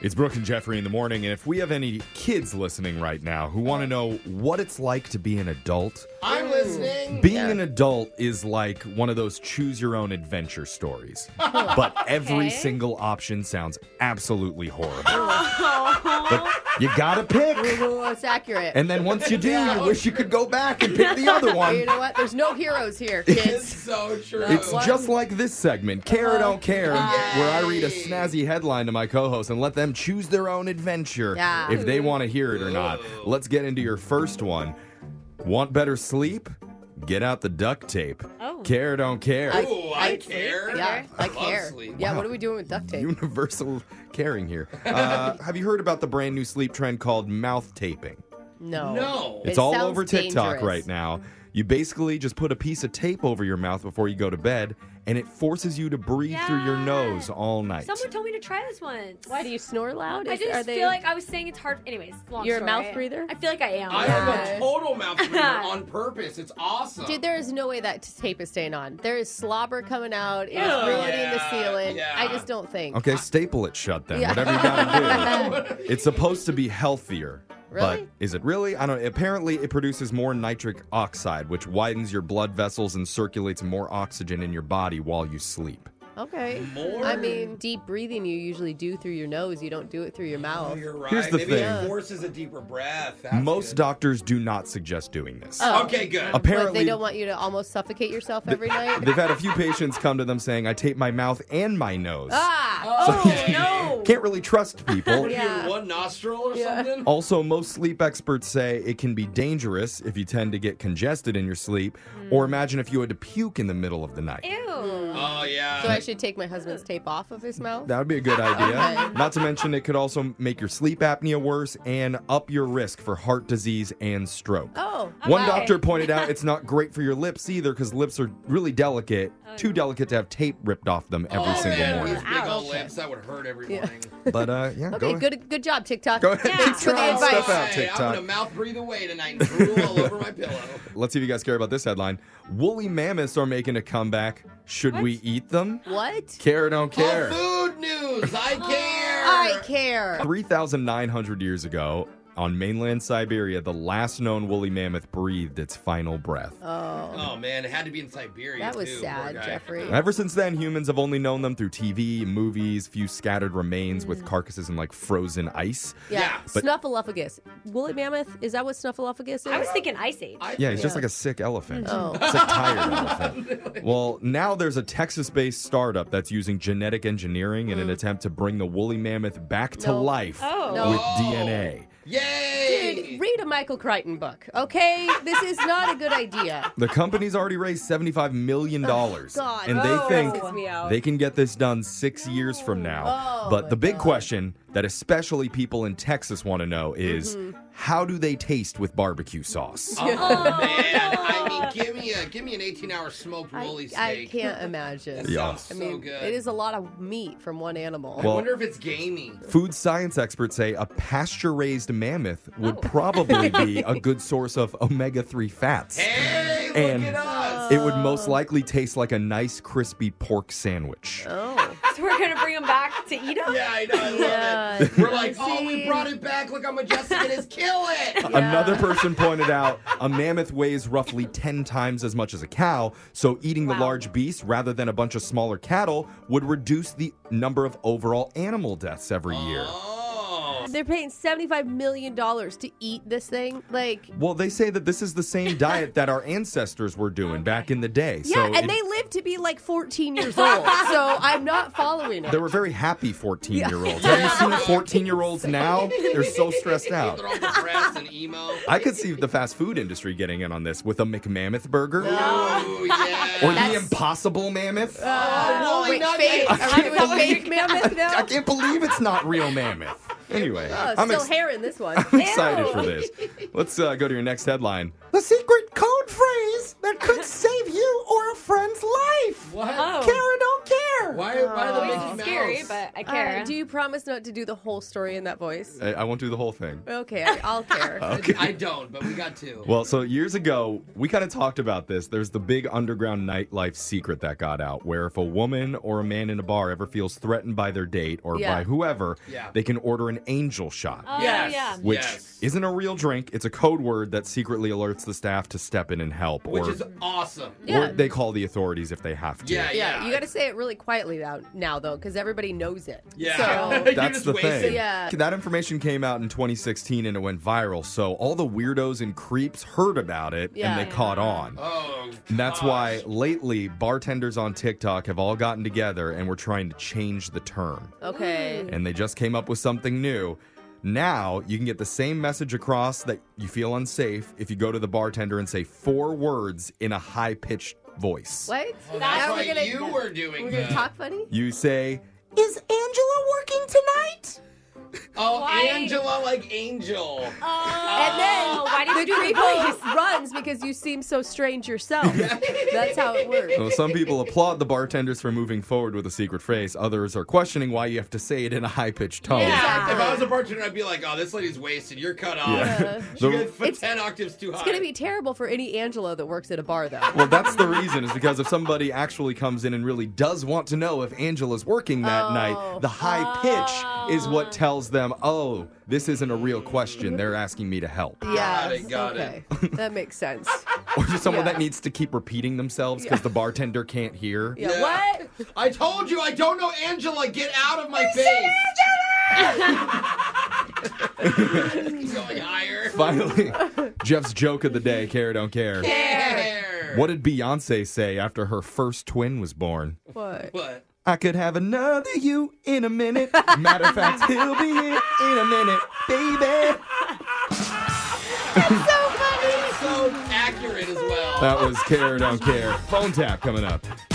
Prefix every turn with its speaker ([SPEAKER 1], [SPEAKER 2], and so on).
[SPEAKER 1] It's Brooke and Jeffrey in the morning, and if we have any kids listening right now who want to know what it's like to be an adult,
[SPEAKER 2] I'm listening.
[SPEAKER 1] Mm. being an adult is like one of those choose your own adventure stories. but every
[SPEAKER 3] Okay.
[SPEAKER 1] single option sounds absolutely horrible. but you gotta pick.
[SPEAKER 4] Well, Oh, it's accurate.
[SPEAKER 1] And then once you do, you wish you could go back and pick the other
[SPEAKER 4] you
[SPEAKER 1] one.
[SPEAKER 4] know what? There's no heroes here,
[SPEAKER 2] It's
[SPEAKER 4] kids.
[SPEAKER 2] so true.
[SPEAKER 1] It's just like this segment, Care or Don't Care, where I read a snazzy headline to my co host and let them choose their own adventure
[SPEAKER 4] Yeah.
[SPEAKER 1] if they want to hear it or not. Let's get into your first one. Want better sleep? Get out the duct tape.
[SPEAKER 3] Oh.
[SPEAKER 1] Care or Don't Care.
[SPEAKER 2] Ooh, I, care.
[SPEAKER 4] yeah, I care.
[SPEAKER 2] sleep.
[SPEAKER 4] Yeah,
[SPEAKER 1] Wow.
[SPEAKER 4] what are we doing with duct tape?
[SPEAKER 1] Universal caring here. Uh, have you heard about the brand new sleep trend called mouth taping?
[SPEAKER 4] No.
[SPEAKER 2] No.
[SPEAKER 1] It's
[SPEAKER 4] It
[SPEAKER 1] all
[SPEAKER 4] sounds
[SPEAKER 1] over TikTok
[SPEAKER 4] dangerous.
[SPEAKER 1] right now. You basically just put a piece of tape over your mouth before you go to bed, and it forces you to breathe through your
[SPEAKER 3] Yeah.
[SPEAKER 1] nose all night.
[SPEAKER 3] Someone told me to try this once.
[SPEAKER 4] Why do you snore loud?
[SPEAKER 3] I
[SPEAKER 4] Is- are
[SPEAKER 3] just
[SPEAKER 4] they-
[SPEAKER 3] feel like I was saying it's hard. Anyways, long
[SPEAKER 4] You're a
[SPEAKER 3] story.
[SPEAKER 4] mouth breather?
[SPEAKER 3] I feel like I am.
[SPEAKER 2] I have a total mouth breather on purpose. It's awesome.
[SPEAKER 4] Dude, there is no way that tape is staying on. There is slobber coming out. It's
[SPEAKER 3] Ew.
[SPEAKER 4] ruining the
[SPEAKER 2] Yeah,
[SPEAKER 4] ceiling.
[SPEAKER 2] yeah.
[SPEAKER 4] I just don't think.
[SPEAKER 1] Okay, staple it shut then.
[SPEAKER 4] Yeah.
[SPEAKER 1] Whatever you gotta do. it's supposed to be healthier. But
[SPEAKER 4] Really?
[SPEAKER 1] is it really? I don't apparently it produces more nitric oxide, which widens your blood vessels and circulates more oxygen in your body while you sleep.
[SPEAKER 4] Okay.
[SPEAKER 2] More.
[SPEAKER 4] I mean, deep breathing you usually do through your nose. You don't do it through your
[SPEAKER 2] Oh,
[SPEAKER 4] mouth.
[SPEAKER 2] you're right.
[SPEAKER 1] Here's the
[SPEAKER 2] Maybe
[SPEAKER 1] thing.
[SPEAKER 2] it forces a deeper breath. That's
[SPEAKER 1] Most
[SPEAKER 2] good.
[SPEAKER 1] doctors do not suggest doing this.
[SPEAKER 4] Oh.
[SPEAKER 2] Okay, good.
[SPEAKER 4] Like
[SPEAKER 1] Apparently
[SPEAKER 4] they don't want you to almost suffocate yourself every night.
[SPEAKER 1] they've had a few patients come to them saying I tape my mouth and my nose.
[SPEAKER 4] ah.
[SPEAKER 3] Oh no!
[SPEAKER 1] Can't really trust people.
[SPEAKER 2] What are you,
[SPEAKER 4] Yeah.
[SPEAKER 2] one nostril or something?
[SPEAKER 1] Also, most sleep experts say it can be dangerous if you tend to get congested in your sleep, or
[SPEAKER 4] Hmm.
[SPEAKER 1] imagine if you had to puke in the middle of the night.
[SPEAKER 3] Ew.
[SPEAKER 2] Oh yeah.
[SPEAKER 4] So I should take my husband's tape off of his mouth.
[SPEAKER 1] That would be a good idea.
[SPEAKER 4] Okay.
[SPEAKER 1] Not to mention, it could also make your sleep apnea worse and up your risk for heart disease and stroke.
[SPEAKER 4] Oh.
[SPEAKER 1] One
[SPEAKER 3] okay.
[SPEAKER 1] doctor pointed out it's not great for your lips either because lips are really delicate, too delicate to have tape ripped off them every
[SPEAKER 2] Oh,
[SPEAKER 1] single
[SPEAKER 2] man,
[SPEAKER 1] morning.
[SPEAKER 2] These big old
[SPEAKER 4] Ouch.
[SPEAKER 2] lips, that would hurt every morning. Oh,
[SPEAKER 1] But uh, yeah, go
[SPEAKER 4] Okay,
[SPEAKER 1] ahead.
[SPEAKER 4] good good job, TikTok.
[SPEAKER 1] Go ahead and
[SPEAKER 4] Thanks for
[SPEAKER 1] try
[SPEAKER 4] the
[SPEAKER 1] and stuff
[SPEAKER 4] advice.
[SPEAKER 1] out.
[SPEAKER 2] Hey, I'm
[SPEAKER 1] TikTok.
[SPEAKER 2] gonna mouth breathe away tonight and drool all over my pillow.
[SPEAKER 1] Let's see if you guys care about this headline. Woolly mammoths are making a comeback. Should we eat them?
[SPEAKER 4] What?
[SPEAKER 1] Care or don't care?
[SPEAKER 2] Oh, food news. I care.
[SPEAKER 4] I care.
[SPEAKER 1] 3,900 years ago, on mainland Siberia, the last known woolly mammoth breathed its final breath.
[SPEAKER 4] Oh.
[SPEAKER 2] Oh man, it had to be in Siberia.
[SPEAKER 4] That was
[SPEAKER 2] too, poor
[SPEAKER 4] sad,
[SPEAKER 2] guy.
[SPEAKER 4] Jeffrey.
[SPEAKER 1] Ever since then, humans have only known them through TV, movies, few scattered remains with
[SPEAKER 4] Mm.
[SPEAKER 1] carcasses in like frozen ice.
[SPEAKER 4] Yeah.
[SPEAKER 2] Yeah,
[SPEAKER 1] but-
[SPEAKER 4] Snuffleupagus. Woolly mammoth, is that what snuffleupagus is?
[SPEAKER 3] I was thinking Ice Age.
[SPEAKER 2] I-
[SPEAKER 1] Yeah, he's just like a sick elephant.
[SPEAKER 4] Oh.
[SPEAKER 1] It's a tired elephant. Well, now there's a Texas based startup that's using genetic engineering
[SPEAKER 4] Mm.
[SPEAKER 1] in an attempt to bring the woolly mammoth back to
[SPEAKER 4] No.
[SPEAKER 1] life
[SPEAKER 3] Oh.
[SPEAKER 4] No.
[SPEAKER 1] with DNA.
[SPEAKER 2] Yay!
[SPEAKER 4] Dude, read a Michael Crichton book, okay? this is not a good idea.
[SPEAKER 1] The company's already raised $75 million.
[SPEAKER 4] God.
[SPEAKER 1] and they
[SPEAKER 4] Oh,
[SPEAKER 1] think
[SPEAKER 3] Freaks me out.
[SPEAKER 1] they can get this done six years from now.
[SPEAKER 4] Oh,
[SPEAKER 1] but
[SPEAKER 4] my
[SPEAKER 1] the big
[SPEAKER 4] God.
[SPEAKER 1] question that especially people in Texas want to know is
[SPEAKER 4] Mm-hmm.
[SPEAKER 1] how do they taste with barbecue sauce?
[SPEAKER 2] Oh man, I
[SPEAKER 3] Oh.
[SPEAKER 2] mean, give me a give me an 18-hour smoked woolly steak.
[SPEAKER 4] I can't imagine.
[SPEAKER 2] That
[SPEAKER 1] Yeah.
[SPEAKER 2] sounds
[SPEAKER 4] I
[SPEAKER 2] so
[SPEAKER 4] mean,
[SPEAKER 2] good.
[SPEAKER 4] it is a lot of meat from one animal.
[SPEAKER 1] Well-
[SPEAKER 2] I wonder if it's gaming.
[SPEAKER 1] Food science experts say a pasture raised mammoth would
[SPEAKER 4] Oh.
[SPEAKER 1] probably be a good source of omega 3 fats.
[SPEAKER 2] Hey, look
[SPEAKER 1] And-
[SPEAKER 2] at us.
[SPEAKER 1] It would most likely taste like a nice, crispy pork sandwich.
[SPEAKER 4] oh.
[SPEAKER 3] So we're gonna bring him back to eat him.
[SPEAKER 2] yeah, I know. I love
[SPEAKER 4] Yeah.
[SPEAKER 2] it. We're like, oh, we
[SPEAKER 4] See?
[SPEAKER 2] brought it back. Look how majestic it is. Kill it.
[SPEAKER 4] Yeah.
[SPEAKER 1] Another person pointed out a mammoth weighs roughly 10 times as much as a cow, so eating the
[SPEAKER 3] Wow.
[SPEAKER 1] large beast rather than a bunch of smaller cattle would reduce the number of overall animal deaths every year.
[SPEAKER 2] Oh.
[SPEAKER 4] They're paying $75 million to eat this thing. Like,
[SPEAKER 1] Well, they say that this is the same diet that our ancestors were doing back in the day.
[SPEAKER 4] yeah,
[SPEAKER 1] so
[SPEAKER 4] and
[SPEAKER 1] it-
[SPEAKER 4] they live to be like 14 years old. so I'm not following it.
[SPEAKER 1] they were very happy 14 year olds. Have you seen 14 year olds now? They're so stressed out.
[SPEAKER 2] They're all depressed and emo.
[SPEAKER 1] I could see the fast food industry getting in on this with a McMammoth burger
[SPEAKER 4] Oh.
[SPEAKER 2] Ooh, yeah.
[SPEAKER 1] or the
[SPEAKER 4] That's- Uh,
[SPEAKER 1] impossible mammoth.
[SPEAKER 2] Oh,
[SPEAKER 4] Wait,
[SPEAKER 2] not
[SPEAKER 4] fake.
[SPEAKER 2] yet.
[SPEAKER 4] Am I doing a fake mammoth
[SPEAKER 1] I
[SPEAKER 4] now?
[SPEAKER 1] can't believe it's not real mammoth. Anyway,
[SPEAKER 4] Oh,
[SPEAKER 1] I'm,
[SPEAKER 4] still
[SPEAKER 1] ex-
[SPEAKER 4] hair in this one.
[SPEAKER 1] I'm excited
[SPEAKER 3] Ew.
[SPEAKER 1] for this. Let's uh, go to your next headline. The secret code phrase that could save you or a friend's life.
[SPEAKER 2] What?
[SPEAKER 3] Oh.
[SPEAKER 1] or don't care.
[SPEAKER 2] Why, why the
[SPEAKER 3] Voice
[SPEAKER 2] Mickey
[SPEAKER 4] Oh.
[SPEAKER 3] is
[SPEAKER 2] Mouse?
[SPEAKER 3] scary, but I
[SPEAKER 4] All
[SPEAKER 3] care.
[SPEAKER 4] right, do you promise not to do the whole story in that voice?
[SPEAKER 1] I, I won't do the whole thing.
[SPEAKER 4] Okay, I, I'll care.
[SPEAKER 1] Okay.
[SPEAKER 2] I don't, but we got two.
[SPEAKER 1] Well, so years ago, we kind of talked about this. There's the big underground nightlife secret that got out where if a woman or a man in a bar ever feels threatened by their date or
[SPEAKER 4] Yeah.
[SPEAKER 1] by whoever,
[SPEAKER 2] Yeah.
[SPEAKER 1] they can order an angel shot.
[SPEAKER 3] Oh,
[SPEAKER 2] yes.
[SPEAKER 3] yeah.
[SPEAKER 1] Which
[SPEAKER 2] yes.
[SPEAKER 1] isn't a real drink. It's a code word that secretly alerts the staff to step in and help,
[SPEAKER 2] Which
[SPEAKER 1] or,
[SPEAKER 2] is awesome.
[SPEAKER 4] Yeah.
[SPEAKER 1] or they call the authorities if they have to.
[SPEAKER 2] Yeah,
[SPEAKER 4] Yeah,
[SPEAKER 2] yeah.
[SPEAKER 4] you got to say it really quietly now, now though, because everybody knows it.
[SPEAKER 2] Yeah.
[SPEAKER 4] So,
[SPEAKER 2] You
[SPEAKER 1] That's
[SPEAKER 2] just
[SPEAKER 1] the
[SPEAKER 2] wasted-
[SPEAKER 1] thing.
[SPEAKER 4] Yeah.
[SPEAKER 1] That information came out in 2016 and it went viral. So all the weirdos and creeps heard about it
[SPEAKER 4] Yeah.
[SPEAKER 1] and they caught on.
[SPEAKER 2] Oh.
[SPEAKER 1] And that's
[SPEAKER 2] gosh.
[SPEAKER 1] why lately bartenders on TikTok have all gotten together and we're trying to change the term.
[SPEAKER 4] okay.
[SPEAKER 1] And they just came up with something new. Now you can get the same message across that you feel unsafe if you go to the bartender and say four words in a high pitched voice.
[SPEAKER 4] What?
[SPEAKER 2] Well, that's
[SPEAKER 4] Now
[SPEAKER 2] why
[SPEAKER 4] we're gonna,
[SPEAKER 2] you were doing
[SPEAKER 4] We're gonna
[SPEAKER 2] that.
[SPEAKER 4] talk funny.
[SPEAKER 1] You say, Is Angela working tonight?
[SPEAKER 2] Oh,
[SPEAKER 3] Why-
[SPEAKER 2] Angela like Angel.
[SPEAKER 4] Uh.
[SPEAKER 3] Oh,
[SPEAKER 4] And then
[SPEAKER 3] why did
[SPEAKER 4] the
[SPEAKER 3] you do
[SPEAKER 4] creep
[SPEAKER 3] the voice?
[SPEAKER 4] runs because you seem so strange yourself. That's how it works.
[SPEAKER 1] So some people applaud the bartenders for moving forward with a secret phrase. Others are questioning why you have to say it in a high pitched tone.
[SPEAKER 2] Yeah. If I was a bartender, I'd be like, oh, this lady's wasted. You're cut off.
[SPEAKER 1] Yeah.
[SPEAKER 2] She
[SPEAKER 1] The-
[SPEAKER 2] got f-
[SPEAKER 4] It's-
[SPEAKER 2] 10 octaves too high.
[SPEAKER 4] It's gonna be terrible for any Angela that works at a bar though.
[SPEAKER 1] Well, that's the reason is because if somebody actually comes in and really does want to know if Angela's working that
[SPEAKER 4] Oh.
[SPEAKER 1] night, the high pitch is what tells them, "Oh, this isn't a real question. They're asking me to help."
[SPEAKER 2] Got it, got
[SPEAKER 4] okay. That makes sense.
[SPEAKER 1] Or just someone
[SPEAKER 4] Yeah.
[SPEAKER 1] that needs to keep repeating themselves because
[SPEAKER 4] Yeah.
[SPEAKER 1] the bartender can't hear.
[SPEAKER 4] Yeah.
[SPEAKER 2] Yeah.
[SPEAKER 4] What?
[SPEAKER 2] I told you I don't know Angela. Get out of my face. He's going higher.
[SPEAKER 1] Finally, Jeff's joke of the day, care don't care.
[SPEAKER 2] There.
[SPEAKER 1] What did Beyonce say after her first twin was born?
[SPEAKER 4] What?
[SPEAKER 2] What?
[SPEAKER 1] I could have another you in a minute. Matter of fact, he'll be here in a minute, baby.
[SPEAKER 2] It's so accurate as well.
[SPEAKER 1] That was Care Don't Care. Phone tap coming up.